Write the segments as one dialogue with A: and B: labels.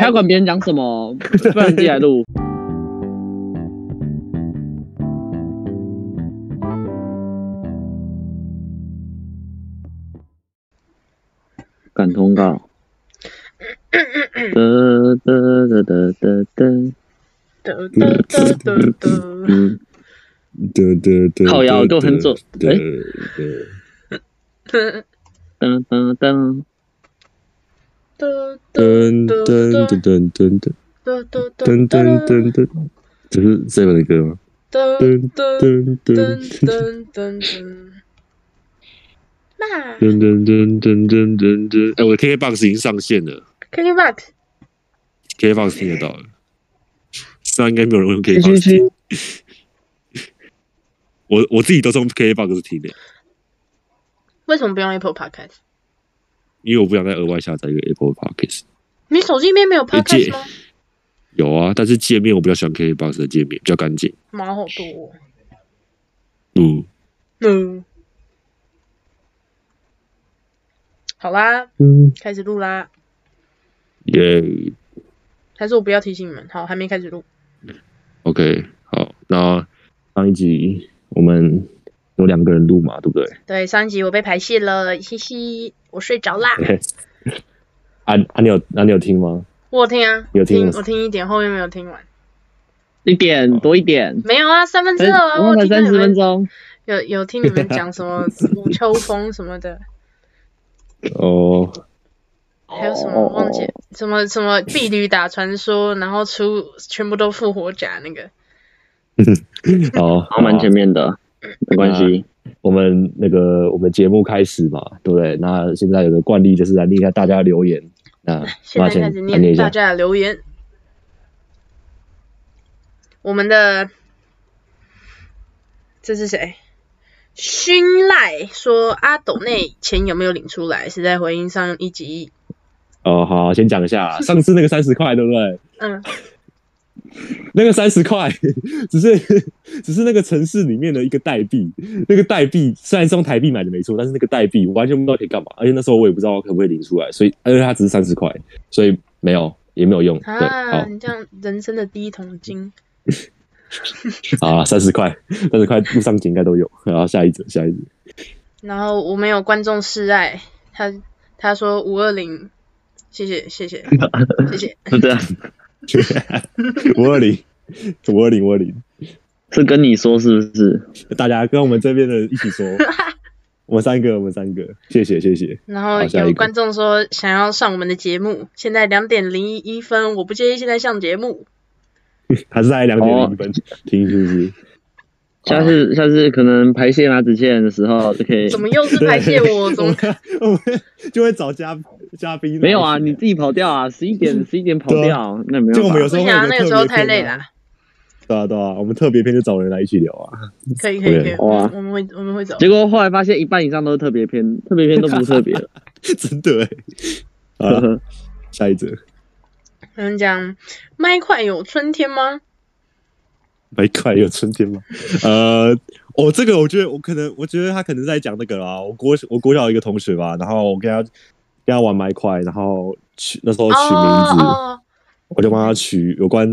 A: 还要管别人讲什么，不然自己来录。赶通告。得得得得得得，
B: 得得得得得，
A: 嗯，
C: 对对对，
A: 靠腰给我很准
C: 对
A: 哎
C: 对，
A: 噔噔噔，
B: 得得
C: 噔噔噔噔噔噔
B: 得得
C: 噔
B: 得
C: 噔
B: 得
C: 噔噔，这是 Seven 的歌吗？
B: 得
C: 噔
B: 得
C: 噔噔
B: 噔
C: 噔
B: 噔噔噔。那
C: 噔噔噔噔噔噔。哎，我 KKBox 已经上线了
B: KKBOX
C: ，KKBox 听得到了。虽然应该没有人用
A: 嘘嘘
C: KKBox，听
A: 嘘，
C: 我我自己都是用 KKBox 听的，
B: 为什么不用 Apple Podcast？
C: 因为我不想在额外下载一个 Apple Podcast。
B: 你手机里面没有 Podcast 吗？
C: 有啊，但是界面我比较喜欢 KKBox 的界面，比较干净。
B: 毛好多、哦。
C: 嗯
B: 嗯，好啦，
C: 嗯，
B: 开始录啦。
C: 耶
B: 还是我不要提醒你们？好，还没开始录。
C: ，OK，好，那上一集我们有两个人录嘛，对不对？
B: 对，上一集我被排泄了，嘻嘻，我睡着啦。
C: 啊啊，你有啊你有听吗？
B: 我有听啊，
C: 有听
B: 我听一点，后面没有听完。
A: 一点多一点，
B: 没有啊，三分之二啊，
A: 我
B: 我有
A: 才
B: 听到
A: 三
B: 你
A: 十分
B: 们
A: 钟，
B: 有有听你们讲 什么吴秋风什么的，
C: 哦，
B: 还有什
A: 哦
B: 么忘记了什么什么婢女打传说，然后出全部都复活甲那个，
C: 好，
A: 好蛮前面的，没关系。
C: 我们那个我们节目开始嘛，对不对？那现在有个惯例就是来念一下大家的留言。那
B: 现
C: 马
B: 在
C: 先
B: 开始
C: 来念
B: 念
C: 一
B: 大
C: 下，
B: 家的留言。我们的这是谁？熏赖说阿斗内钱有没有领出来？是在回应上一集，
C: 哦，好，先讲一 下上次那个三十块，对不对？
B: 嗯，
C: 那个三十块， 只是只是那个城市里面的一个代币，那个代币虽然是用台币买的没错，但是那个代币我完全不知道可以干嘛，而且那时候我也不知道可不可以领出来，所以而且它只是三十块，所以没有也没有用。对，
B: 啊，你这样人生的第一桶金。
C: 好，好了，三十块，三十块路上景应该都有。然后下一则，下一则，
B: 然后我们有观众示爱，他他说五二零，谢谢谢 谢谢谢，
A: 是这样，
C: 五二零，五二零，五二零，
A: 是跟你说是不是？
C: 大家跟我们这边的一起 说，我们三个，我们三个，谢谢，谢谢。
B: 然后
C: 好下一个
B: 有观众说想要上我们的节目，现在两点零一分，我不介意现在上节目。
C: 还是在两点零分、
A: 哦
C: 听，是不是？
A: 下次下次可能排泄马子线的时候就可以。
B: 怎么又是排泄我？怎
C: 我
B: 么
C: 们我们就会找嘉嘉宾来一起聊。
A: 没有啊，你自己跑掉啊，十一
C: 嗯
A: 点十一点跑掉，那没有。
C: 就我们有时
B: 不
C: 候会
B: 想啊
C: 有
B: 那
C: 个
B: 个时候
C: 特别
B: 太累
C: 篇
B: 了
C: 啊。。对啊对啊，我们特别篇就找人来一起聊啊。
B: 可以可以可以，
C: 对
B: 我
A: 哇
B: 们我们会我们会走。
A: 结果后来发现一半以上都是特别篇，特别篇都不特别了。
C: 真的
A: 呵
C: 哎、好了，
A: 呵
C: 下一则，
B: 我们讲麦块有春天吗？
C: 没快有春天吗？呃，我、这个我觉得我可能我觉得他可能在讲那个啦，我国我国小有一个同学吧，然后我跟他跟他玩麦块，然后取那时候
B: 哦
C: 取名字。
B: 哦，
C: 我就帮他取有关，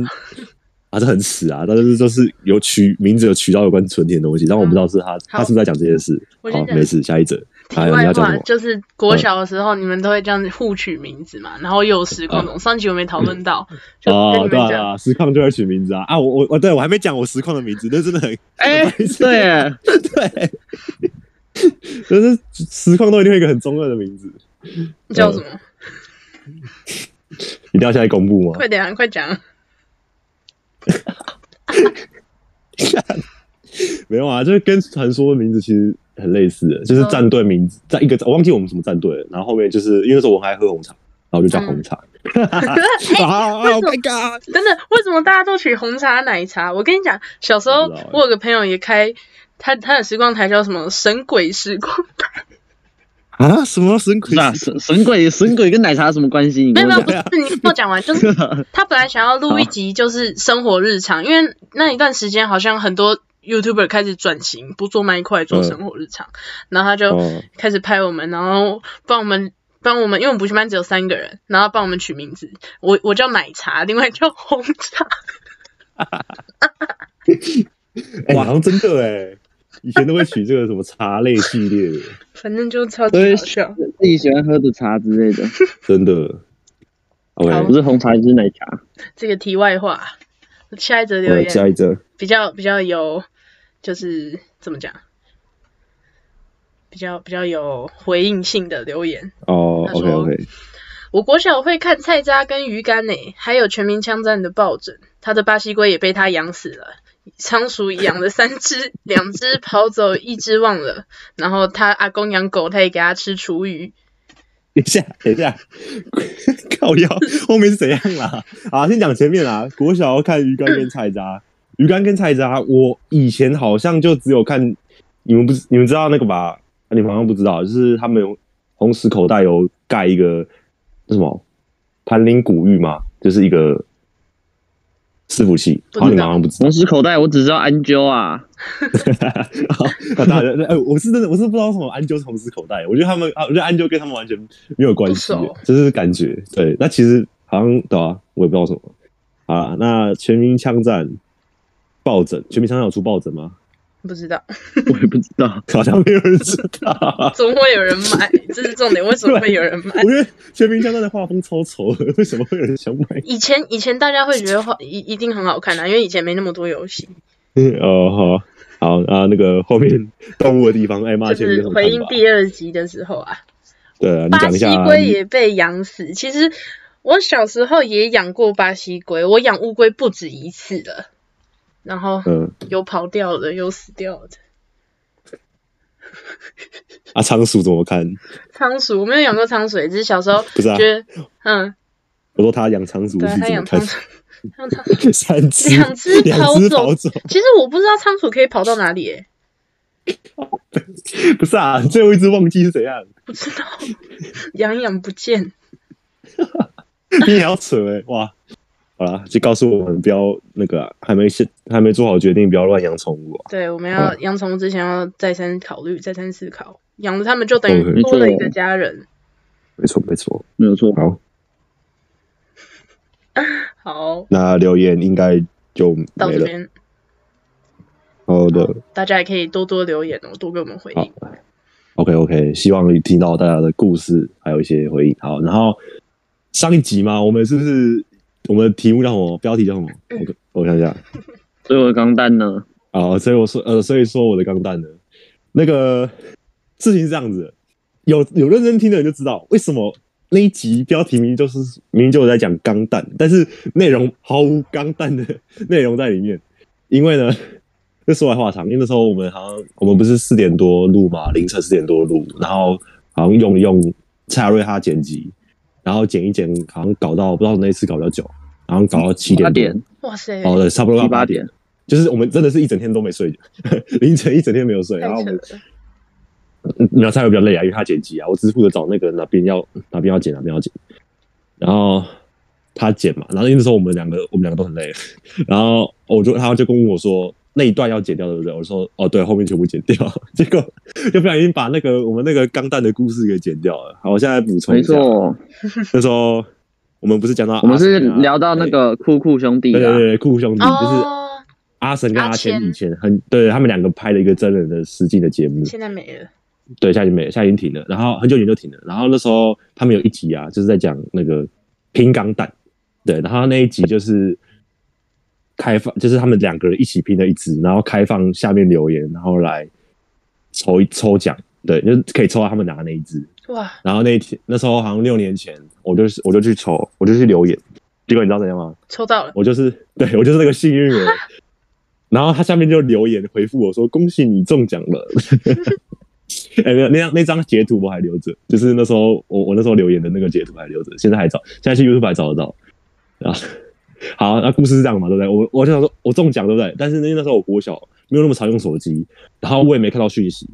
C: 啊，这很屎啊，但是就是有取名字有取到有关存钱的东西，但我不知道是他、他是不是在讲这件事。
B: 嗯我
C: 好
B: 先，讲
C: 没事，下一则。
B: 题
C: 还哎有你
B: 外
C: 要讲什
B: 话
C: 么？嗯
B: 就是国小的时候，你们都会这样互取名字嘛，然后又有时空中，上集我没讨论到，就跟
C: 嗯哦，
B: 你
C: 对
B: 们讲，
C: 啊，实况就会取名字啊啊！我我我对我还没讲我实况的名字，那真的很
A: 哎， 对，
C: 对， 就是实况都一定会有一个很中二的名字，嗯
B: 叫什么？
C: 一定要现在公布吗？
B: 快点啊，快讲！
C: 没有啊，就是跟传说的名字其实很类似的，就是战队名字，在一个我忘记我们什么战队了，然后后面就是因为那时候我还喝红茶，然后就叫红茶。啊啊！好尴尬。
B: 真的，为什么大家都取红茶奶茶？我跟你讲，小时候
C: 不知道欸
B: 我有个朋友也开他他的时光台叫什么“神鬼时 光台
C: 啊，什么神鬼
A: 是 啊，神神鬼神鬼跟奶茶有什么关系？”，你
B: 没
A: 跟
B: 有
A: 我
B: 没有，
A: 讲
B: 不
C: 啊
B: 是你听我讲完， 就是他本来想要录一集就是生活日常，因为那一段时间好像很多 YouTuber 开始转型，不做麦块，做生活日常，然后他就
C: 哦
B: 开始拍我们，然后帮我们帮我们，因为我们补习班只有三个人，然后帮我们取名字，我我叫奶茶，另外叫红茶。
C: 哎、好像真的哎、以前都会取这个什么茶类系列的，
B: 反正就超级
A: 对
B: 好笑。
A: 自己喜欢喝的茶之类的，
C: 真的。OK，
B: 好
A: 不是红茶就是奶茶。
B: 这个题外话，下一则
C: 我
B: 留
C: 来加
B: 言
C: 呃一则。
B: 比较比较有，就是怎么讲，比较比较有回应性的留言。
C: 哦
B: 他
C: ，OK
B: 说
C: OK，
B: 我国小会看菜渣跟鱼干呢、还有全民枪战的抱枕，他的巴西龟也被他养死了。仓鼠养了三只， 两只跑走，一只忘了。然后他阿公养狗，他也给他吃厨余。
C: 等一下，等一下， 靠腰后面是怎样啦？啊，先讲前面啦。国小要看鱼竿跟菜渣，鱼竿跟菜渣，我以前好像就只有看，你们不是你们知道那个吧？啊你们好像不知道，就是他们红石口袋有盖一个那什么盘林古玉嘛，就是一个伺服器，
B: 不知道
C: 好像你们好像不知道。
A: 同时口袋我只知道安啾 啊，
C: 好， 那当然，哎，我是真的，我是不知道为什么安啾是红丝口袋，我觉得他们啊，我觉得安啾跟他们完全没有关系
B: 不熟，
C: 就是感觉对。那其实好像对啊，我也不知道什么啊。那全民枪战抱枕，全民枪战有出抱枕吗？
B: 不知道
A: 我也不知道。
C: 好像没有人知道。啊
B: 怎么会有人买，这是重点。为什么会有人买？
C: 我觉得全民枪战的画风超丑的，为什么会有人想买？
B: 以前以前大家会觉得画一一定很好看啊，因为以前没那么多游戏。
C: 哦，好，好啊，那个后面动物的地方，哎妈，
B: 就
C: 前面
B: 是
C: 有什么
B: 回
C: 看
B: 应
C: 法？
B: 第二集的时候啊，
C: 对啊，你
B: 巴
C: 讲一
B: 西
C: 下啊。
B: 龟
C: 你
B: 也被养死。其实我小时候也养过巴西龟，我养乌龟不止一次了。然后
C: 嗯
B: 有跑掉的，有死掉的。
C: 啊，仓鼠怎么看？
B: 仓鼠我没有养过仓鼠，只是小时候
C: 不是啊，
B: 觉得，嗯，
C: 我说他养仓鼠
B: 对啊，
C: 是
B: 他
C: 怎么
B: 养
C: 看
B: 仓？鼠，他养仓鼠。
C: 三只，
B: 两只
C: 两
B: 跑
C: 只
B: 走
C: 跑走，
B: 其实我不知道仓鼠可以跑到哪里、欸，
C: 不是啊，最后一只忘记是怎啊样，
B: 不知道， 养一养不见。
C: 你也要扯哎、哇！好啦，就告诉我们不要那个啊、还没是还没做好决定，不要乱养宠物、啊。
B: 对，我们要
C: 哦
B: 养宠物之前要再三考虑，再三思考。养了它们就等于
C: 嗯
B: 多了一
A: 没错
B: 个家人。
C: 没错，没错。
A: 没有错，
C: 好，
B: 好，
C: 那留言应该就
B: 到
C: 没
B: 这
C: 了。哦
B: 边
C: 好的
B: 大家也可以多多留言哦，多给我们回应。
C: ，OK OK，希望你听到大家的故事，还有一些回应。好，然后上一集嘛，我们是不是我们的题目叫什么？标题叫什么？我我想想，
A: 所以我的钢蛋呢？
C: 啊，所以我说，呃，所以说我的钢蛋呢，那个事情是这样子的，有有认真听的人就知道为什么那一集标题明明就是明明就有在讲钢蛋，但是内容毫无钢蛋的内容在里面，因为呢，这说来话长，因为那时候我们好像我们不是四点多录嘛，凌晨四点多录，然后好像用一用蔡雅瑞他剪辑，然后剪一剪，好像搞到不知道那一次搞多久，然后搞到七
A: 嗯
C: 点
A: 八
C: 多
A: 点，
B: 哇塞，
C: 哦，对，差不多到
A: 七八
C: 八
A: 点，
C: 就是我们真的是一整天都没睡， 凌晨一整天没有睡，
B: 太
C: 然后我
B: 扯
C: 们
B: 了。
C: 然后蔡伟比较累啊，因为他剪辑啊，我只是负责找那个哪边要哪边要剪哪边要剪，然后他剪嘛，然后那时候我们两个我们两个都很累， 然后我就他就跟我说那一段要剪掉对不对？我说哦对，后面全部剪掉， 结果就不小心把那个我们那个钢蛋的故事给剪掉了。好，我现在补充
A: 没
C: 一下，
A: 错，
C: 那时候我们不是讲到
A: 我们是
C: 阿神啊
A: 聊到那个酷酷兄弟
C: 对对
A: 啊
C: 对，对酷兄弟，就是
B: 哦，
C: 阿神跟
B: 阿
C: 阿谦
B: 谦
C: 以前很对他们两个拍了一个真人的实境的节目，
B: 现在没了。
C: 对，夏已经没，夏已经停了，然后很久以前就停了。然后那时候他们有一集啊，就是在讲那个拼钢弹，对，然后那一集就是开放，就是他们两个人一起拼了一支，然后开放下面留言，然后来抽一抽奖，对，就是可以抽到他们拿的那一支。
B: 哇，
C: 然后那一天那时候好像六年前，我就是我就去抽，我就去留言，结果你知道怎样吗？
B: 抽到了，
C: 我就是 对我就是那个幸运儿。然后他下面就留言回复我说：“恭喜你中奖了。” 哎、没有，那张那张截图我还留着，就是那时候我我那时候留言的那个截图还留着，现在还找，现在去 YouTube 还找得到。啊，好，那故事是这样嘛，对不对？我我就想说，我中奖，对不对？但是那那时候我国小没有那么常用手机，然后我也没看到讯息，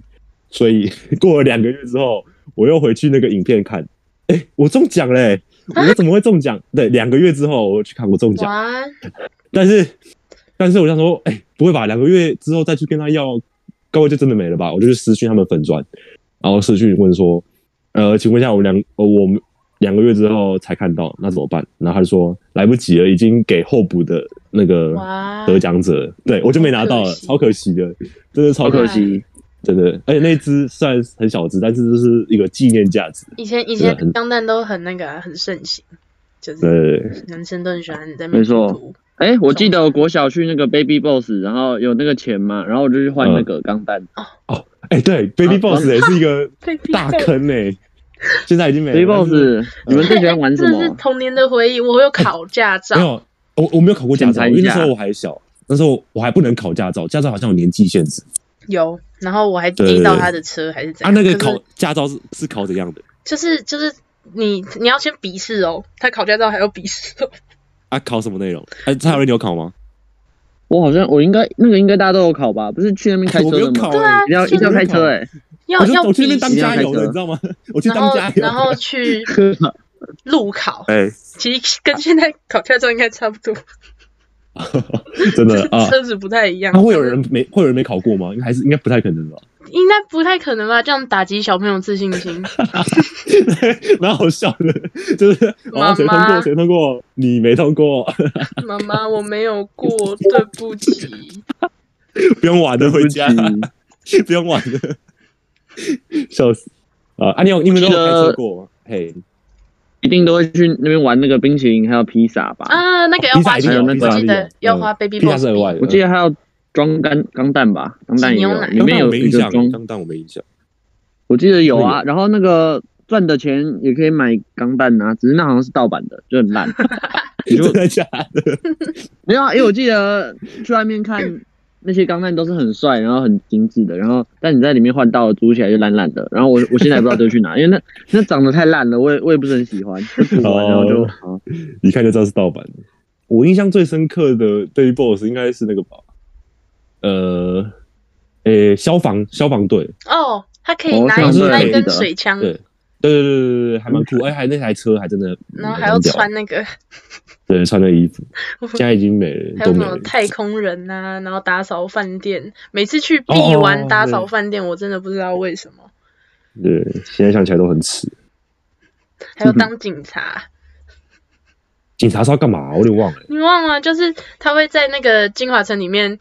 C: 所以 过了两个月之后，我又回去那个影片看，哎、我中奖嘞、我怎么会中奖？对，两个月之后我去看我中奖，
B: 哇，
C: 但是，但是我想说，哎、不会吧？两个月之后再去跟他要，各位就真的没了吧？我就去私讯他们粉砖，然后私讯问说，呃，请问一下，我两呃我们两个月之后才看到，那怎么办？然后他就说来不及了，已经给候补的那个
B: 哇
C: 得奖者了，对我就没拿到了，
B: 好
C: 超可惜的，真的超
A: 好
C: 可
A: 可
C: 惜，
A: 惜。
C: 真的。而且那只虽然很小只，但是就是一个纪念价值。
B: 以前以
C: 真的
B: 前
C: 很
B: 钢弹都很那个啊、很盛行，就是
C: 对，
B: 男生都很喜欢在那
A: 没
B: 边
A: 错
B: 涂
A: 哎，我记得我国小去那个 Baby Boss，然后有那个钱嘛，然后我就去换那个钢弹。
C: 哎、对，Baby Boss 也是一个大坑呢、哎现在已经没
A: Baby
C: 了。但
A: Boss，
C: 哎是
A: 你们最喜欢 玩什
B: 真的是
A: 么？
B: 童年的回忆。我有考驾
C: 没
B: 照，
C: 有，我我没有考过驾
A: 浅
C: 照，
A: 谈
C: 因
A: 一
C: 为
A: 下
C: 那时候我还小，那时候我还不能考驾照，驾照好像有年纪限制
B: 有，然后我还
C: 对
B: 滴到他的车还是怎
C: 啊。
B: 样？
C: 那个
B: 可是
C: 考驾照是是考怎样的
B: 就是就是你你要先笔试哦，他考驾照还要笔试哦。
C: 啊？考什么内容？哎、啊，蔡有人有考吗？
A: 我好像我应该那个应该大家都有考吧？不是去那边开
C: 我
A: 车
C: 没有
A: 的
C: 考、
A: 吗？
B: 对啊
C: 哎，
A: 一定要一定要
C: 我没有
A: 开车
C: 考
A: 哎、
B: 要
C: 我就
B: 要
C: 我去那
B: 笔
C: 边当
B: 试，
C: 加油
A: 一定要开车
C: 的，你知道吗？ 我去
B: 然
C: 当
B: 后
C: 加油的，
B: 然后去
A: 哎
B: 路考，
C: 哎、
B: 其实跟现在考驾照应该差不多，
C: 真的 啊。
B: 车子不太一样。
C: 那、会有人没会有人没考过吗？应该还是应该不太可能吧，
B: 应该不太可能吧？这样打击小朋友自信心。
C: 蛮好笑的，就是
B: 妈妈
C: 哦谁通过谁通过，你没通过，
B: 妈妈，我没有过，对不起。
C: 不用玩的回家。
A: 嗯
C: 不用玩的，笑死啊！啊，你有你们都有开车过吗？嘿，
A: 一定都会去那边玩那个冰淇淋，还有披萨吧？
B: 啊，那个要
C: 披萨
B: 花
C: 一定
B: 钱，
A: 有
B: 我
A: 那个
B: 记得要花 baby
C: 披萨
B: boss
C: 嗯是额外
B: 币。
C: 的，
A: 我记得还有装钢钢蛋吧，钢蛋也
B: 挤牛
A: 有，
B: 奶
A: 里面有
C: 没
A: 一
C: 印
A: 个
C: 象，
A: 装，
C: 当当我没印象。
A: 我记得有啊。然后那个赚的钱也可以买钢蛋啊，只是那好像是盗版的，就很烂。
C: 真的假的？
A: 没有啊，因为我记得去外面看那些钢蛋都是很帅，然后很精致的，然后但你在里面换到了租起来就烂烂的。然后我我现在也不知道丢去哪，因为那那长得太烂了，我也我也不是很喜欢，就补完然后就。
C: 哦一看就知道是盗版的。我印象最深刻的对于 BOSS 应该是那个吧，呃，诶，消防消防队，
B: 哦，他可以
A: 哦
B: 拿
A: 这
B: 一
C: 样是
B: 拿
C: 可
B: 一
C: 以
B: 根
A: 的
B: 水枪，
C: 对对对对对对，还蛮酷，哎，还那台车还真的，
B: 然后还要
C: 蛮屌的
B: 穿那个，
C: 对穿那衣服，现在已经没了，
B: 还
C: 都
B: 有什
C: 没
B: 么
C: 了。
B: 太空人呐、然后打扫饭店。每次去
C: 哦
B: 必
C: 哦
B: 玩
C: 哦
B: 打
C: 对
B: 扫饭店，我真的不知道为什么。
C: 对，现在想起来都很耻。嗯
B: 还有当警察，
C: 警察是要干嘛？我有点忘了。
B: 你忘了？就是他会在那个金华城里面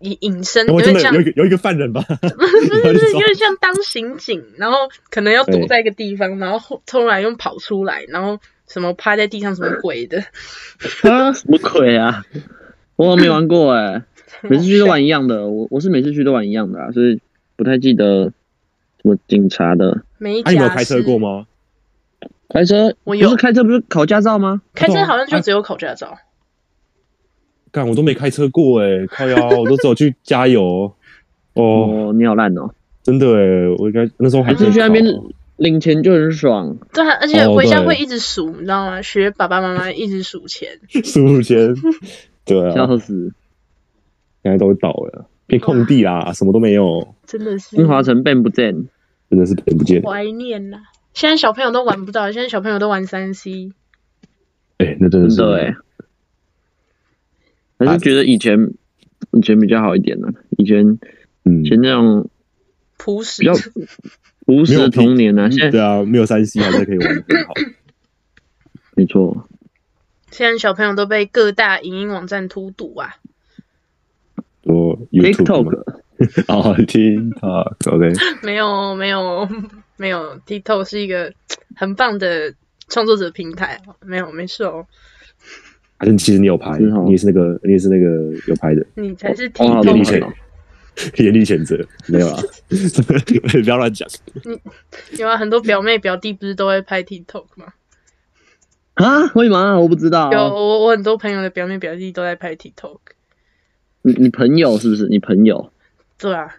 B: 隐隐身，
C: 然后
B: 有
C: 欸哦真
B: 点
C: 的
B: 像
C: 有一个有一个犯人吧，
B: 不是不
C: 然后
B: 是，
C: 就
B: 有点像当刑警，然后可能要躲
C: 对
B: 在一个地方，然后突然又跑出来，然后什么趴在地上什么鬼的，
A: 啊，什么鬼啊！我没玩过哎、每次去都玩一样的。我我是每次去都玩一样的、啊，所以不太记得什么警察的
B: 美甲师。
C: 啊，你们有开车过？吗？
A: 开车。
B: 我
A: 不
B: 有
A: 是开车，不是考驾照吗？
B: 开
C: 对
B: 车
C: 啊
B: 好像就
C: 啊
B: 只有考驾照。
C: 干，我都没开车过哎、靠腰，我都只有去加油。 哦，
A: 哦，你好烂哦！
C: 真的哎、我应该那时候还
A: 还
C: 真
A: 是去那边
C: 考
A: 领钱就很爽，
B: 对啊，而且
C: 哦
B: 回家
C: 对
B: 会一直数，你知道吗？学爸爸妈妈一直数钱。
C: 十五天，对啊，
A: 笑死！
C: 现在都倒了，变空地 啦，什么都没有，
B: 真的是
A: 金华城变不见，
C: 真的是人不见。
B: 怀念呐、现在小朋友都玩不到，现在小朋友都玩三 C。
C: 哎、那真的
A: 真
C: 是啊
A: 的哎、还是觉得以前以前比较好一点呢、以前
C: 嗯
A: 以，前那种
B: 朴
A: 比
B: 实
A: 较朴实的童年呢、啊，现在
C: 对啊，没有三 C 还是可以玩的很 好。
A: 没错。
B: 现在小朋友都被各大影音网站荼毒啊！
C: 说 YouTube 吗
A: TikTok
C: 哦，TikTok，OK，啊
B: 没有没有 没有，TikTok 是一个很棒的创作者平台。没有没事哦，
C: 反正其实你有拍，
A: 是哦
C: 你也是那个，你也是那个有拍的。
B: 你才是
A: 哇好多
C: 严
B: TikTok，、
C: 厉
A: 钱
C: 谴
A: 哦，
C: 严厉谴责，没有啦， 不要乱讲。
B: 有啊，很多表妹表弟不是都会拍 TikTok 吗？
A: 啊，会吗？我不知道。
B: 有我我很多朋友的表妹表弟都在拍 TikTok。
A: 你你朋友是不是？你朋友？
B: 对啊，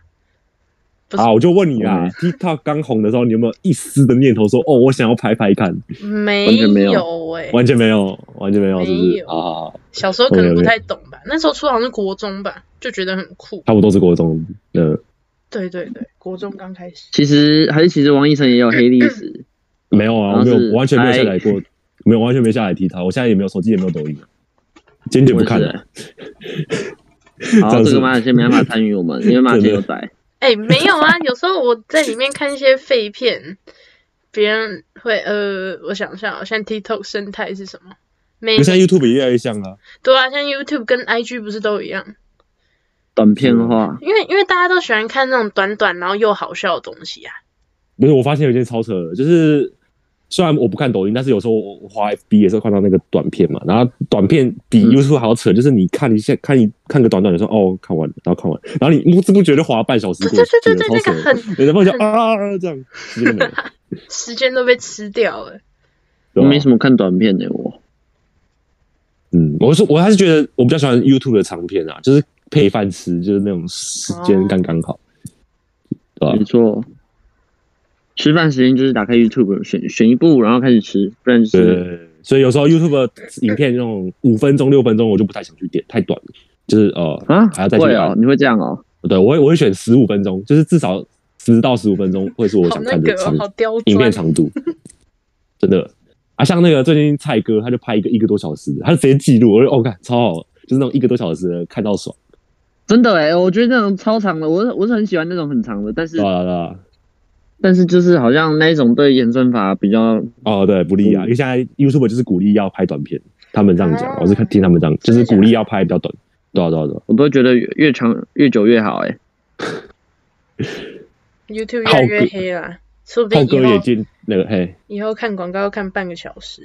B: 不是
C: 啊，我就问你啦，TikTok 刚红的时候，你有没有一丝的念头说，哦，我想要拍拍看？
B: 没
A: 完全没有
B: 有哎、
C: 完全没有，完全没有，
B: 没
C: 是不是
B: 有？
C: 啊，
B: 小时候可能
C: OK，OK
B: 不太懂吧，那时候出好像是国中吧，就觉得很酷。
C: 差不多是国中的，
B: 对对对，国中刚开始。
A: 其实还是其实王一晨也有黑历 史，
C: 没有啊，
A: 然
C: 我
A: 后
C: 没有，
A: 是
C: 我完全没有下载过，没有，完全没下载 TikTok，我现在也没有手机，也没有抖音，啊坚决
A: 我
C: 不
A: 也
C: 看
A: 是
C: 的。
A: 欸。 好，
C: 样子
A: 这个马先没办法参与我 们，因为马先有在。
B: 哎、没有啊，有时候我在里面看一些废片，别人会呃，我想一下哦，现在 TikTok 生态是什么？每
C: 现在 YouTube 也越来越像了、
B: 对啊，像 YouTube 跟 IG 不是都一样？
A: 短片化，
B: 因为因为大家都喜欢看那种短短然后又好笑的东西啊。
C: 不是，我发现有一件超扯的，就是虽然我不看抖音，但是有时候我我滑 FB 也是会看到那个短片嘛，然后短片比
A: 嗯
C: YouTube 还要扯，就是你看一下，看一看个短短的时候，哦，看完了，然后看完，然后你不知不觉就滑半小时
B: 对
C: 过去，
B: 对对对对，那
C: 超扯
B: 个
C: 的。
B: 很
C: 有人会说啊啊啊这样，直接就没了，
B: 时间都被吃掉了。
A: 我
C: 对啊吧
A: 没什么看短片的、我。
C: 嗯，我是我还是觉得我比较喜欢 YouTube 的长片啊，就是配饭吃，就是那种时间刚刚好，对吧、
A: 没错，吃饭时间就是打开 YouTube 选选一部，然后开始吃，不然就嗯
C: 对
A: 是
C: 对，所以有时候 YouTube 的影片那种五分钟、六分钟，我就不太想去点，太短了。就是呃
A: 啊
C: 还要，再去
A: 会
C: 按
A: 哦，你会这样哦。
C: 对我会我会选十五分钟，就是至少十到十五分钟会是我
B: 好
C: 想
B: 那
C: 看的
B: 个哦
C: 长、，
B: 好刁
C: 影
B: 钻。
C: 片长度， 真的啊，像那个最近蔡哥他就拍一个一个多小时的，他就直接记录，我就哦看超好，就是那种一个多小时的看到爽，
A: 真的哎、我觉得那种超长的，我我是很喜欢那种很长的，但是
C: 对啊对啊，
A: 但是就是好像那一种对演算法比较
C: 哦对不利
A: 嗯
C: 啊，因为现在 YouTube 就是鼓励要拍短片，他们这样讲，
B: 啊
C: 我是看听他们这样，就是
A: 啊
C: 鼓励要拍比较短，对啊对啊对啊，
A: 我都觉得越越长越久越好哎、
B: YouTube 越来越黑啦，说不
C: 浩
B: 定
C: 哥
B: 以
C: 也
B: 后
C: 进那个 嘿。
B: 以后看广告要看半个小时。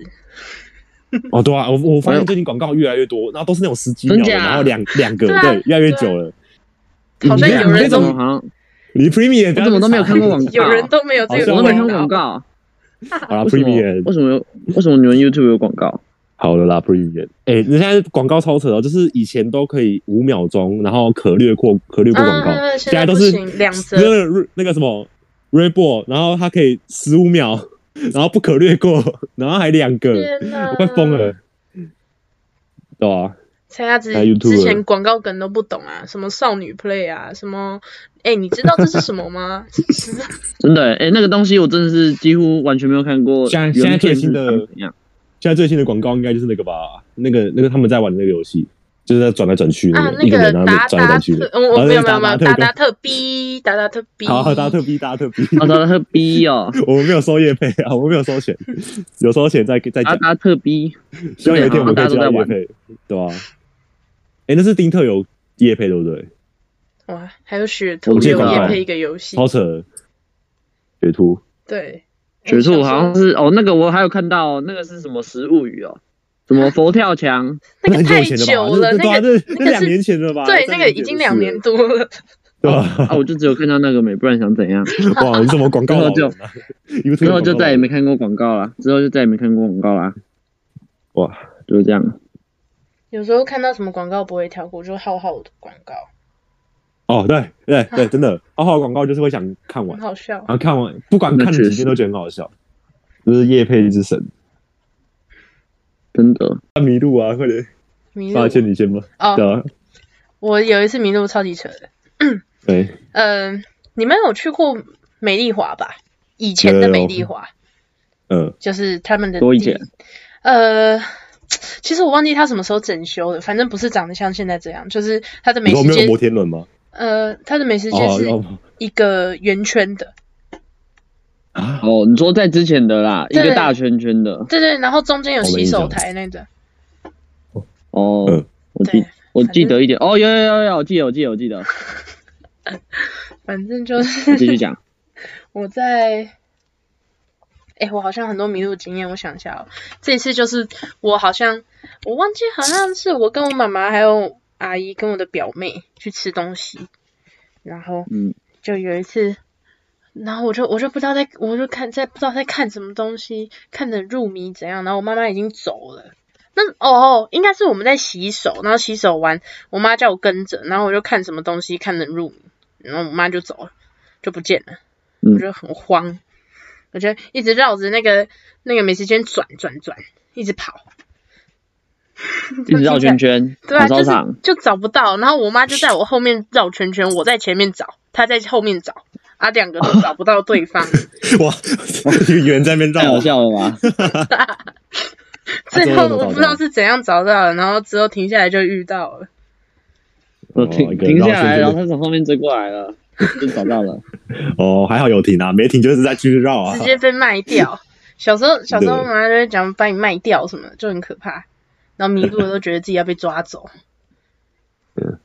C: 哦，对啊，我我发现最近广告越来越多，然后都是那种十几秒
A: 真
C: 的，
A: 假
C: 然后两两个，
B: 对啊
C: 对，越来越
B: 对啊
C: 久了。
B: 好像
C: 你
B: 有人
A: 这
C: 这
A: 种
B: 都
C: 种
A: 好像
C: 你 Premium
A: 我怎么都没有看过 广告，
B: 有人都没有这
C: 好
B: 个
C: 像
A: 我都没看过广
B: 广告，
A: 告，
C: 好啦
A: 为什么
C: 啊 Premium
A: 为什么有为什么你们 YouTube 有广告？
C: 好了啦，Premium。哎，人家广告超扯哦，就是以前都可以五秒钟，然后可略过可略过广
A: 啊
C: 告，
B: 嗯，现
C: 现在
B: 在
C: 都
B: 不
C: 是
B: 行，两
C: 那
B: 折。
C: 个那个什么 r e b o 然后它可以十五秒，然后不可略过，然后还两个，
B: 天啊哪，
C: 我快疯！了，对啊吧？
B: 蔡家之
C: 还有 YouTuber
B: 之前广告梗都不懂啊，什么少女 play 啊，什么，哎、你知道这是什么 吗？
A: 真的哎、欸那个东西我真的是几乎完全没有看过。
C: 现在现在最新的
A: 原片是长怎样？
C: 现在最新的广告应该就是那个吧，那个那个他们在玩的那个游戏，就是在转来转去
B: 啊
C: 那，个，
B: 那
C: 一个
B: 个
C: 人然后
B: 达
C: 转来
B: 达
C: 转去
B: 特
C: 的，，
B: 嗯我
C: 然后
B: 没有没
C: 那
B: 有
C: 个
B: 没有，
C: 达
B: 达
C: 达
B: 达特逼，达达特逼，
C: 好，好达特逼，达特逼，
A: 阿达特 B 哦，
C: 我们没有收业费啊，我们没有收钱，有收钱再 再
A: 阿
C: 讲。
A: 达特 B，
C: 希望有一天我们可
A: 啊
C: 以接
A: 大家
C: 到
A: 都在
C: 业
A: 玩
C: 配，对吧、啊？哎、那是丁特有业配对不对？
B: 哇，还有雪兔
A: 我
C: 记得
B: 有
C: 广告
B: 也配一个游戏
C: 超，扯的，学徒
B: 对，
A: 学
B: 我
A: 术
B: 想说
A: 好像是哦，那个我还有看到、那个是什么食物语哦，什么佛跳 墙，
B: 那个
C: 很久
B: 太
C: 以前的
B: 久
C: 吧？
B: 了，
C: 这对啊
B: 那个
C: 这
B: 那
C: 这
B: 个
C: 两
B: 是
C: 年前了吧？
B: 对
C: 三
B: 那个已经两年
C: 前
B: 多了，
C: 的事了，
A: 啊，我就只有看到那个没，不然想怎样？
C: 对吧、 哇，你怎么广告老人啊？YouTube
A: 之后就再也没
C: 广
A: 看过广告啦，之后就再也没看过广告啦，
C: 告老人哇，
A: 就是这样。
B: 有时候看到什么广告不会跳过，就浩浩的广告，
C: 哦，对对对，真的，浩浩的广告就是会想看完
B: 很，好笑
C: 然。后看完不管看了几遍都觉得很好笑，就是业配之神，
A: 真的，
C: 迷路啊，快点
B: 迷路
C: 发现你先吧，对
B: 哦，
C: 啊，
B: 我有一次迷路超级扯的，
C: 对，
B: 嗯、你们有去过美丽华吧？以前的美丽华
C: 嗯，
B: 就是他们的
A: 多以
B: 地
A: 前，
B: 呃。其实我忘记他什么时候整修的，反正不是长得像现在这样，就是它的
C: 你
B: 美
C: 说
B: 食
C: 没有
B: 街
C: 摩，天轮吗？
B: 呃，它的美食街
C: 哦，
B: 是
C: 有
B: 一个圆圈的，
C: 啊，
A: 哦，你说在之前的啦，一
B: 对
A: 个大圈圈的，
B: 对对，然后中间有
C: 我没
B: 洗
C: 印象
B: 手台那个，
A: 哦
C: 嗯，
A: 我记
B: 对
A: 我记得一点，哦，有有有有，我记得我记得我记 得，
B: 反正就是
A: 继续讲，
B: 我在，哎、我好像很多迷路经验，我想一下哦。这一次就是我好像我忘记好像是我跟我妈妈还有阿姨跟我的表妹去吃东西，然后
A: 嗯，
B: 就有一次，然后我就我就不知道在我就看在不知道在看什么东西，看得入迷怎样，然后我妈妈已经走了。那哦哦，应该是我们在洗手，然后洗手完，我妈叫我跟着，然后我就看什么东西看得入迷，然后我妈就走了，就不见了，
A: 嗯
B: 我就很慌，我就一直绕着那个那个美食间转转转，一直跑，
A: 一直绕圈圈，
B: 对
A: 跑
B: 啊，就
A: 操
B: 是
A: 场，
B: 就找不到，然后我妈就在我后面绕圈圈，我在前面找，她在后面找，啊，两个都找不到对 方，
C: 哇，一个圆在那边
A: 太
C: 绕
A: 好，笑了吧？
B: 最
C: 啊
B: 后我
C: 最后都找到
B: 不知道是怎样找到的，然后之后停下来就遇到了，
A: 我
C: 哦
A: 停
C: 一个
A: 停
C: 绕
A: 下
C: 圈
A: 来，
C: 圈
A: 然后他从后面追过来了，就找到了。
C: 哦，还好有停啊，没停就是在继续绕啊
B: 直。接被卖掉。小时候，小时候
C: 对
B: 妈妈就会讲把你卖掉什么的，就很可怕。然后迷路了都觉得自己要被抓走。
C: 嗯，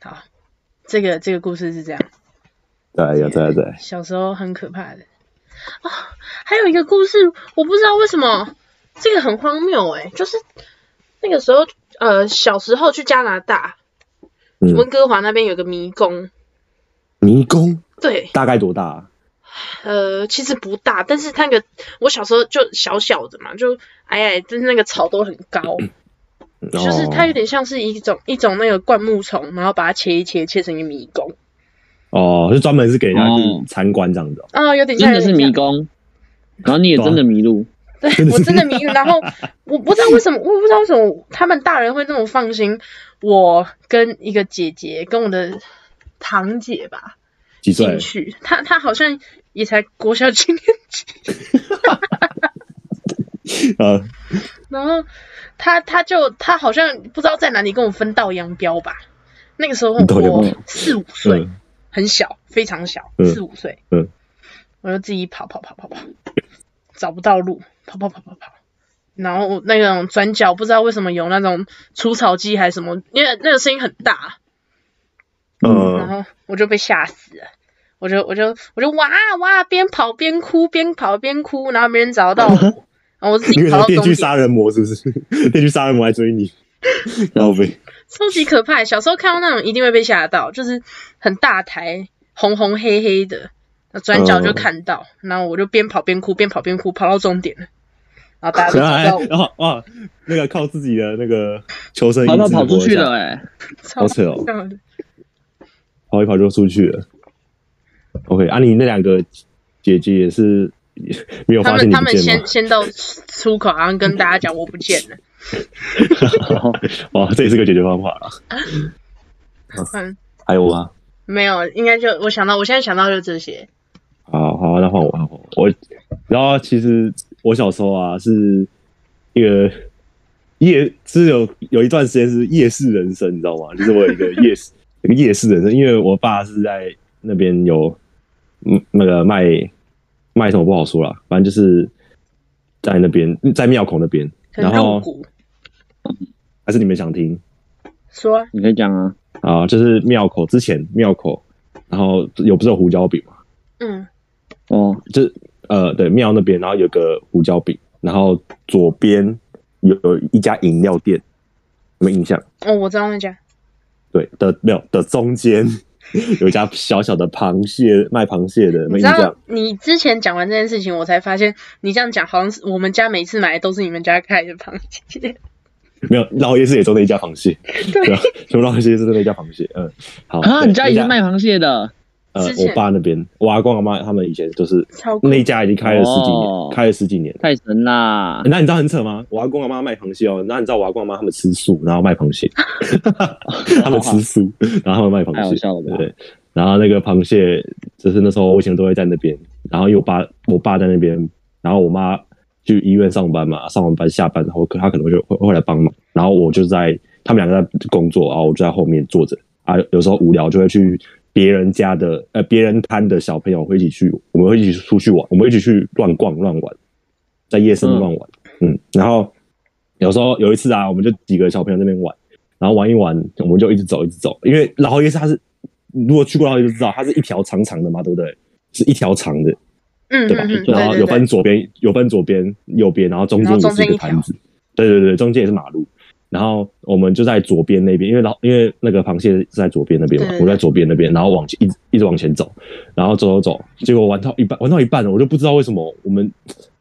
B: 好，这个这个故事是这样，
C: 对，有对对，
B: 小时候很可怕的。啊、还有一个故事，我不知道为什么这个很荒谬诶、就是那个时候，呃，小时候去加拿大，
C: 嗯，
B: 温哥华那边有个迷宫，
C: 迷宫
B: 对，
C: 大概多大啊？
B: 呃，其实不大，但是那个我小时候就小小的嘛，就矮矮，就是那个草都很高，
C: 嗯哦
B: 就是它有点像是一种一种那个灌木丛，然后把它切一切，切成一个迷宫，
C: 哦，就专门是给人家
A: 哦
C: 去参观这样的哦。
B: 啊、有点像
A: 真的是迷，宫，然后你也真的迷路，
B: 有点像对我真的迷路，然后我不知道为什么，我不知道为什么他们大人会这么放心，我跟一个姐姐，跟我的堂姐吧，
C: 几岁
B: 进？去，他他好像也才国小几年级，
C: 呃，
B: 然后他他就他好像不知道在哪里跟我分道扬镳吧。那个时候
C: 道扬镳
B: 我四五岁，
C: 嗯
B: 很小，非常小，
C: 嗯
B: 四五岁。
C: 嗯，
B: 我就自己跑跑跑跑跑，找不到路，跑跑跑跑跑。然后那种转角不知道为什么有那种除草机还是什么，因为那个声音很大，然
C: 嗯，
B: 后我就被吓死了。我就我就我就哇哇边跑边哭边跑边哭，然后没人找 到我，然后我自
C: 你
B: 己跑
C: 有什
B: 到
C: 么电
B: 终
C: 锯
B: 点，
C: 杀人魔是不是？ 电锯杀人魔来追你，然后被
B: 超级可怕。欸小时候看到那种一定会被吓到，就是很大台红红黑黑的，那转角就
C: 嗯
B: 看到，然后我就边跑边哭边跑边哭，跑到终点了，然后大家都
C: 然后
B: 找
C: 还
B: 到我，
C: 然后啊，那个靠自己的那个求生意
A: 跑
C: 志
A: 到跑出去
C: 活
A: 了
C: 下，
A: 哎、
B: 超
C: 扯哦
B: 搞笑的
C: 跑一跑就出去了。OK，啊，你那两个姐姐也是 没有
B: 他
C: 发现
B: 们
C: 你
B: 他
C: 不
B: 们
C: 见吗
B: 先？先到出口，然后跟大家讲我不见了。
C: 哇，哦这也是个解决方法了。
B: 嗯，
C: 还有吗？
B: 没有，应该就我想到，我现在想到就这些。
C: 好好，那换我，换我。我，然后其实我小时候啊，是一个夜，是有有一段时间是夜市人生，你知道吗？就是我有一个夜市， 有一个夜市人生，因为我爸是在那边有，嗯，那个卖卖什么不好说啦，反正就是在那边，在庙口那边，
B: 很
C: 然
B: 露
C: 后
B: 骨，
C: 还是你们想听？
B: 说啊
A: 你可以讲啊，
C: 啊，就是庙口之前庙口，然后有不是有胡椒饼嘛？
B: 嗯
A: 哦，
C: 就是呃对庙那边，然后有个胡椒饼，然后左边有有一家饮料店，有没有印象？
B: 哦，我知道那家，
C: 对的没有的中间 有一家小小的螃蟹卖螃蟹的，有没
B: 你
C: 有
B: 知
C: 印象
B: 道？你之前讲完这件事情，我才发现你这样讲好像是我们家每次买的都是你们家开的螃蟹，
C: 没有，老夜市也就那一家螃蟹，
B: 对
C: 吧？什么老夜市就是那一家螃蟹，嗯，好
A: 啊，
C: 对
A: 你家以
C: 那
A: 前卖螃蟹的，
C: 呃
B: 之，前
C: 我爸那边，我阿公阿妈他们以前就是
B: 超酷
C: 那一家已经开了十几年，
A: 哦
C: 开了十几年。
A: 太神啦！
C: 那你知道很扯吗？我阿公阿妈卖螃蟹哦，那你知道我阿公阿妈他们吃素，然后卖螃蟹，他们吃素，然后他们卖螃
A: 太好
C: 蟹，
A: 笑了吧
C: 对。然后那个螃蟹，就是那时候我以前都会在那边，然后因为我爸我爸在那边，然后我妈去医院上班嘛，上完班下班后，可他可能会就会会来帮忙，然后我就在他们两个在工作，然后我就在后面坐着啊，有时候无聊就会去别人家的呃别人摊的小朋友会一起去，我们会一起出去玩，我们会一起去乱逛乱玩，在夜深
A: 嗯
C: 乱玩。嗯，然后有时候有一次啊，我们就几个小朋友在那边玩，然后玩一玩，我们就一直走一直走，因为老侯夜市它是，如果去过老侯夜市就知道，它是一条长长的嘛，对不对？是一条长的，
B: 嗯
C: 对吧？
B: 嗯嗯，
C: 然后
B: 对
C: 有
B: 对对
C: 分，左边，有分左边、右边，然后中间
B: 然后
C: 也
B: 中
C: 是
B: 间
C: 一个
B: 一条
C: 盘子，对对对，中间也是马路。然后我们就在左边那边，因为老因为那个螃蟹是在左边那边嘛
B: 对，对
C: 我在左边那边，然后往前一直一直往前走，然后走走走，结果玩到一半，玩到一半了，我就不知道为什么我们，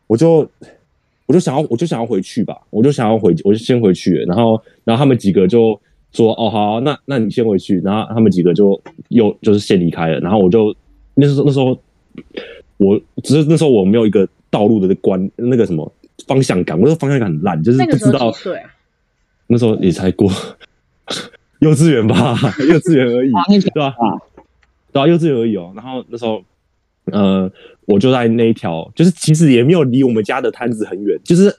C: 我就我就想要我就想要回去吧，我就想要回，我就先回去了，然后然后他们几个就说哦好，那那你先回去，然后他们几个就又就是先离开了，然后我就那时候那时候我只是那时候我没有一个道路的观那个什么方向感，我那个方向感很烂，就是
B: 那
C: 不
B: 个时
C: 知
B: 候
C: 道
B: 几 岁啊？
C: 那时候也才过 幼稚园吧， 幼稚园而已。
A: 螃蟹
C: 对吧、对啊，幼稚园而已哦。然后那时候，呃，我就在那一条，就是其实也没有离我们家的摊子很远，就是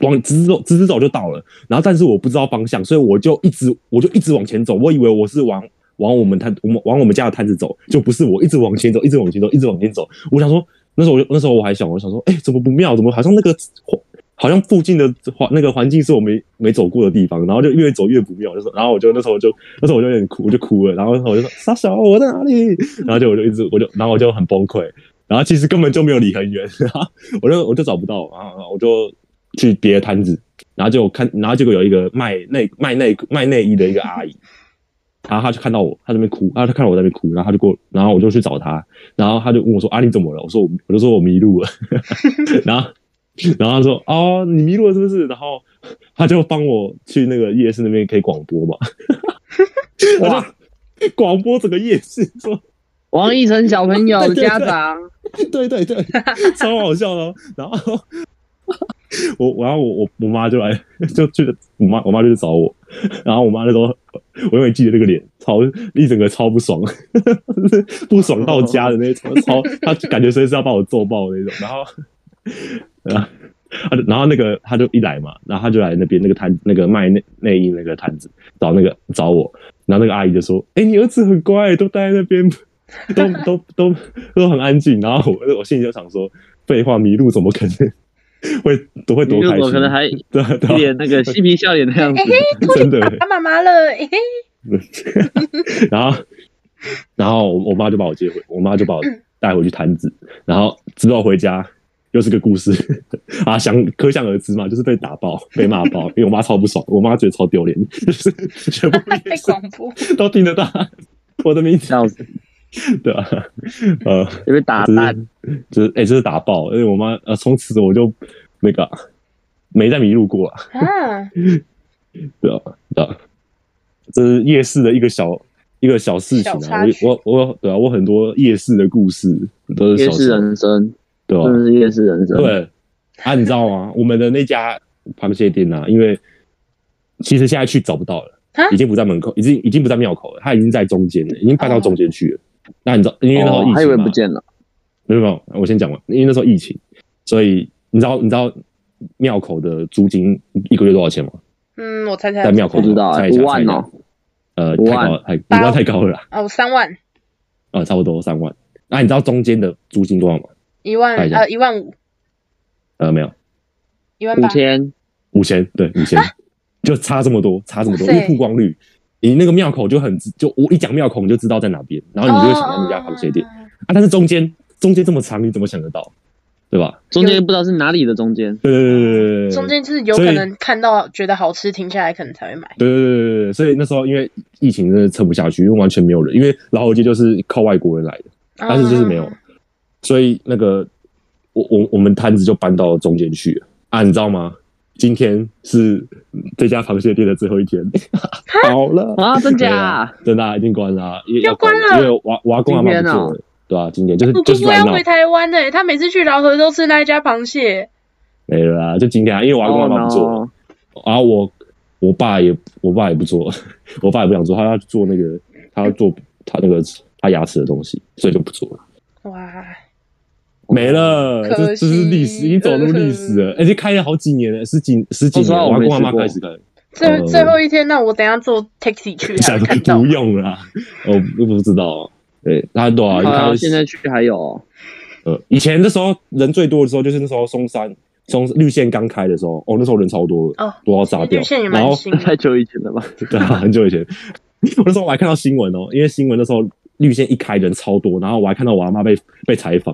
C: 往直直走，直直走就到了。然后，但是我不知道方向，所以我就一直，我就一直往前走。我以为我是往往我们摊，我们往我们家的摊子走，就不是我一直往前走，一直往前走，一直往前走。我想说，那时候我就那时候我还想，我想说，哎、怎么不妙？怎么好像那个好像附近的环那个环境是我没没走过的地方，然后就越走越不妙。就是，然后我就那时候就那时候我就有点哭，我就哭了。然后那时候我就说：“傻小，我在哪里？”然后就我就一直我就然后我就很崩溃。然后其实根本就没有离很远，然后我就我就找不到，然后然后我就去别的摊子，然后就看，然后结果有一个卖内卖内卖内衣的一个阿姨，然后她就看到我，她在那边哭，她就看到我在那边哭，然后她就过，然后我就去找她，然后她就问我说：“啊，你怎么了？”我说我：“我就说我迷路了。” 然后然后她说：“哦，你迷路了是不是？”然后她就帮我去那个夜市那边可以广播嘛， 哇，广播整个夜市说。
A: 王一晨小朋友的家长，
C: 对对 对，超好笑的哦。然后我，然后我我我妈就来， 就去我妈我妈就去找我，然后我妈就说，我永远记得这个脸，超一整个超不爽， 不爽到家的那种，超她感觉随时要把我揍爆的那种。然后， 然后她就然后那个她就一来嘛，然后她就来那边那个摊那个卖内内衣那个摊子找那个找我，然后那个阿姨就说：“哎、你儿子很乖，都待在那边，都都都都很安静。”然后我我心里就想说：“废话，迷路怎么可能会都会多
A: 你
C: 开
A: 如果
C: 心？
A: 可能还一
C: 对啊对啊
A: 脸那个嬉皮笑脸的样 子
B: 嘿，嘿，
C: 真的
B: 爸爸妈妈了， 嘿嘿，
C: 然后，然后我我妈就把我接回，我妈就把我带回去摊子，然后之后回家又是个故事啊，想可想而知嘛，就是被打爆、被骂爆，因为我妈超不爽，我妈觉得超丢脸，就是全部
B: 被广 播，
C: 都听得到我的名字，
A: 笑死，
C: 对啊，呃，
A: 就被打
C: 就是
A: 烂。
C: 就是哎、这是打爆，因为我妈呃，从此我就那个啊没再迷路过啊，
B: 啊，
C: 对啊，对啊，这是夜市的一个小一个小事情
B: 小
C: 啊
B: 插曲。
C: 我我我，对啊，我很多夜市的故事都是
A: 夜
C: 小
A: 市嗯
C: 时候，
A: 人生，
C: 对吧、
A: 真的是夜市人生。，
C: 对啊，你知道吗？我们的那家螃蟹店啊，因为其实现在去找不到了
B: 啊，
C: 已经不在门口，已经已经不在庙口了，它已经在中间了，已经搬
B: 哦
C: 到中间去了。那你知道，因为那时候疫
A: 哦
C: 情、嘛。
A: 还以为不见了。
C: 没有没有，我先讲完，因为那时候疫情，所以你知道你知道庙口的租金一个月多少钱吗？
B: 嗯，我猜猜
C: 在庙口
A: 不知道
C: 猜
A: 欸
C: 一下
A: 五万哦，
C: 猜一下呃，
A: 五
C: 太
A: 万
C: 高了，太五万太高了啦，
B: 哦，三万，
C: 呃，差不多三万。那、你知道中间的租金多少吗？
B: 一万
C: 猜一，下
B: 呃，一万五，
C: 呃，没有，
B: 一万
A: 五
B: 八，
A: 千，
C: 五千，对，五千，就差这么多，差这么多，
B: 啊哇
C: 因
B: 塞
C: 为曝光率，你那个庙口就很知，就我一讲庙口你就知道在哪边，然后你就会想到那家螃蟹店、
B: 哦
C: 啊，但是中间中间这么长，你怎么想得到？对吧？
A: 中间不知道是哪里的中间。
C: 对对对对对对，
B: 中间就是有
C: 所以
B: 可能看到觉得好吃，停下来可能才会买。
C: 对对对对对，所以那时候因为疫情真的撑不下去，因为完全没有人，因为老友街就是靠外国人来的，但是就是没
B: 啊
C: 有，所以那个我我我们摊子就搬到中间去了啊，你知道吗？今天是这家螃蟹店的最后一天，好了
A: 啊，真
C: 对
A: 假
C: 啊？真的啊、已经关了啊，也
B: 要
C: 关
B: 关了
C: 因为我我阿公阿
A: 今
C: 妈
A: 天
C: 不
A: 哦
C: 做了，对啊，今天就是
B: 我
C: 就
B: 姑
C: 是
B: 姑
C: 来
B: 要
C: 闹
B: 回台湾呢、她每次去饶河都吃那一家螃蟹。
C: 没了啊，就今天啊，因为我阿公阿妈不做了，
A: 哦
C: 然后啊我我爸也我爸也不做， 我爸也不想做，他要做那个他要做他那个他牙齿的东西，所以就不做了，
B: 哇，
A: 哦
C: 没了，
B: 可
C: 这这是历史，
B: 惜
C: 已经走入历史了，而且开了好几年了，十几十几年
A: 说实
C: 了，
A: 话
C: 我
A: 我
C: 阿
A: 没
C: 公阿妈
A: 吃过
C: 开始开，
B: 最、
C: 呃
B: 最后一天，那我等一下坐 taxi 去才
C: 想
B: 会
C: 说
B: 看到。
C: 不用了啦，我我不知道，对，他多少
A: 好
C: 一开
A: 啊，
C: 始
A: 现在去还有哦，
C: 呃，以前的时候人最多的时候，就是那时候松山松绿线刚开的时候，哦，那时候人超多的，
B: 哦
C: 多到炸掉
B: 绿线也，
C: 然
B: 蛮
C: 后
B: 新的，
A: 太久以前了吧？
C: 对啊，很久以前， 我那时候我还看到新闻哦，因为新闻那时候绿线一开人超多，然后我还看到我阿妈被被采访，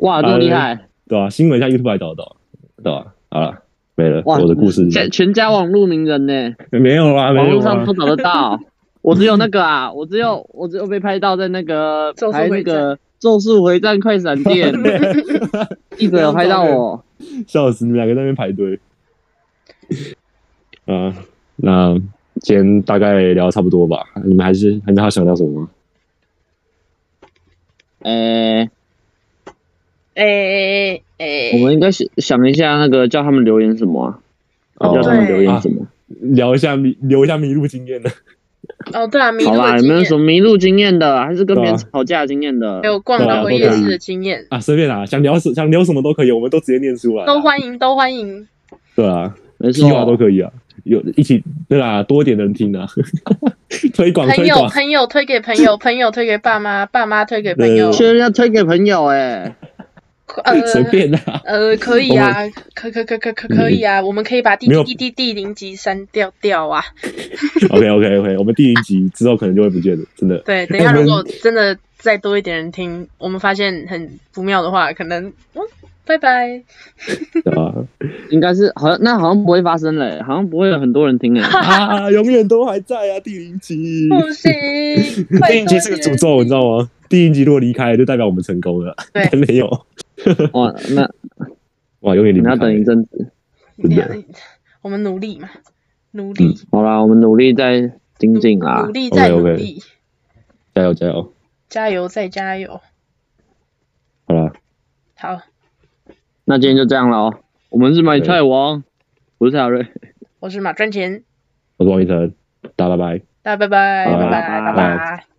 A: 哇，
C: 啊
A: 这么厉害！
C: 对吧、新闻一下 YouTube 还找得到，对吧、好了，没了，
A: 哇
C: 我的故事
A: 全全家网路名人呢，
C: 没有啦，
A: 网
C: 没有啊
A: 络
C: 啦
A: 上，不找得 到。我只有那个啊，我只有我只有被拍到在那个
B: 咒术
A: 拍那
B: 回战
A: 个《咒术回战》快闪 店，记者有拍到我。
C: 笑死，你们两个在那边排队。啊、那今天大概聊得差不多吧？你们还是还是还想聊什么吗？
A: 诶，
B: 哎哎，
A: 我们应该想想一下那个叫他们留言什么啊？
C: 哦
A: 叫他们
B: 对
A: 留言什么？
C: 聊一下迷留一下迷路经验的。
B: 哦对啊，迷
A: 好
B: 路
A: 啦，有没
B: 的经
A: 有
B: 验，
A: 什么迷路经验的，还是跟别人
C: 对
A: 吵架经验的
B: 还？有逛
C: 对啊
B: 老
C: 都
B: 夜
C: 可以
B: 市的经验，
C: 啊，随便啦，想聊什想聊什么都可以，我们都直接念出来啊，
B: 都欢迎都欢迎。
C: 对啊，
A: 没
C: 计
A: 错，
C: 划都可以啊，有一起对啦，多一点人听啊， 推广
B: 朋
C: 推
B: 友
C: 广，
B: 朋友推给朋 友，朋友推给爸妈，爸妈推给朋友，
A: 其实要推给朋友哎、
B: 呃
C: 随便啦。
B: 呃，可以啊，可可可可可可以啊，我们可以把第
C: 嗯没有
B: 第第第零集删掉掉啊。
C: OK OK OK，我们第一集之后可能就会不见了，真的。
B: 对，等一
C: 哎
B: 下
C: 我
B: 如
C: 们
B: 果真的再多一点人听，我们发现很不妙的话，可能嗯，拜拜。
C: 嗯对 吧？
A: 应该是好像那好像不会发生嘞、好像不会有很多人听哎、
C: 啊，永远都还在啊！第零 集，
B: 不 行，快
C: 第零集是个
B: 多点
C: 诅咒，你知道吗？第零集如果离开了，就代表我们成功了。
B: 对
C: 但 没有
A: 哇，那
C: 哇，永远离
A: 你
C: 不开。
A: 要等一阵子。
C: 真
B: 你
C: 的
B: 看啊我们努力嘛，努力，
A: 好啦，我们努力再
C: 嗯
A: 精进啊啦
B: 嗯努。力再努
C: 啊 OK，OK
B: 力，
C: 加油加油！
B: 加油再加油。
C: 好啦，
B: 好，
A: 那今天就这样了哦。我们是买菜王，我是蔡小瑞，
B: 我是马赚钱，
C: 我是王一晨，大家拜拜。
B: 大家拜拜，
C: 好
B: 拜
A: 拜
B: 拜，拜
A: 拜
B: 拜。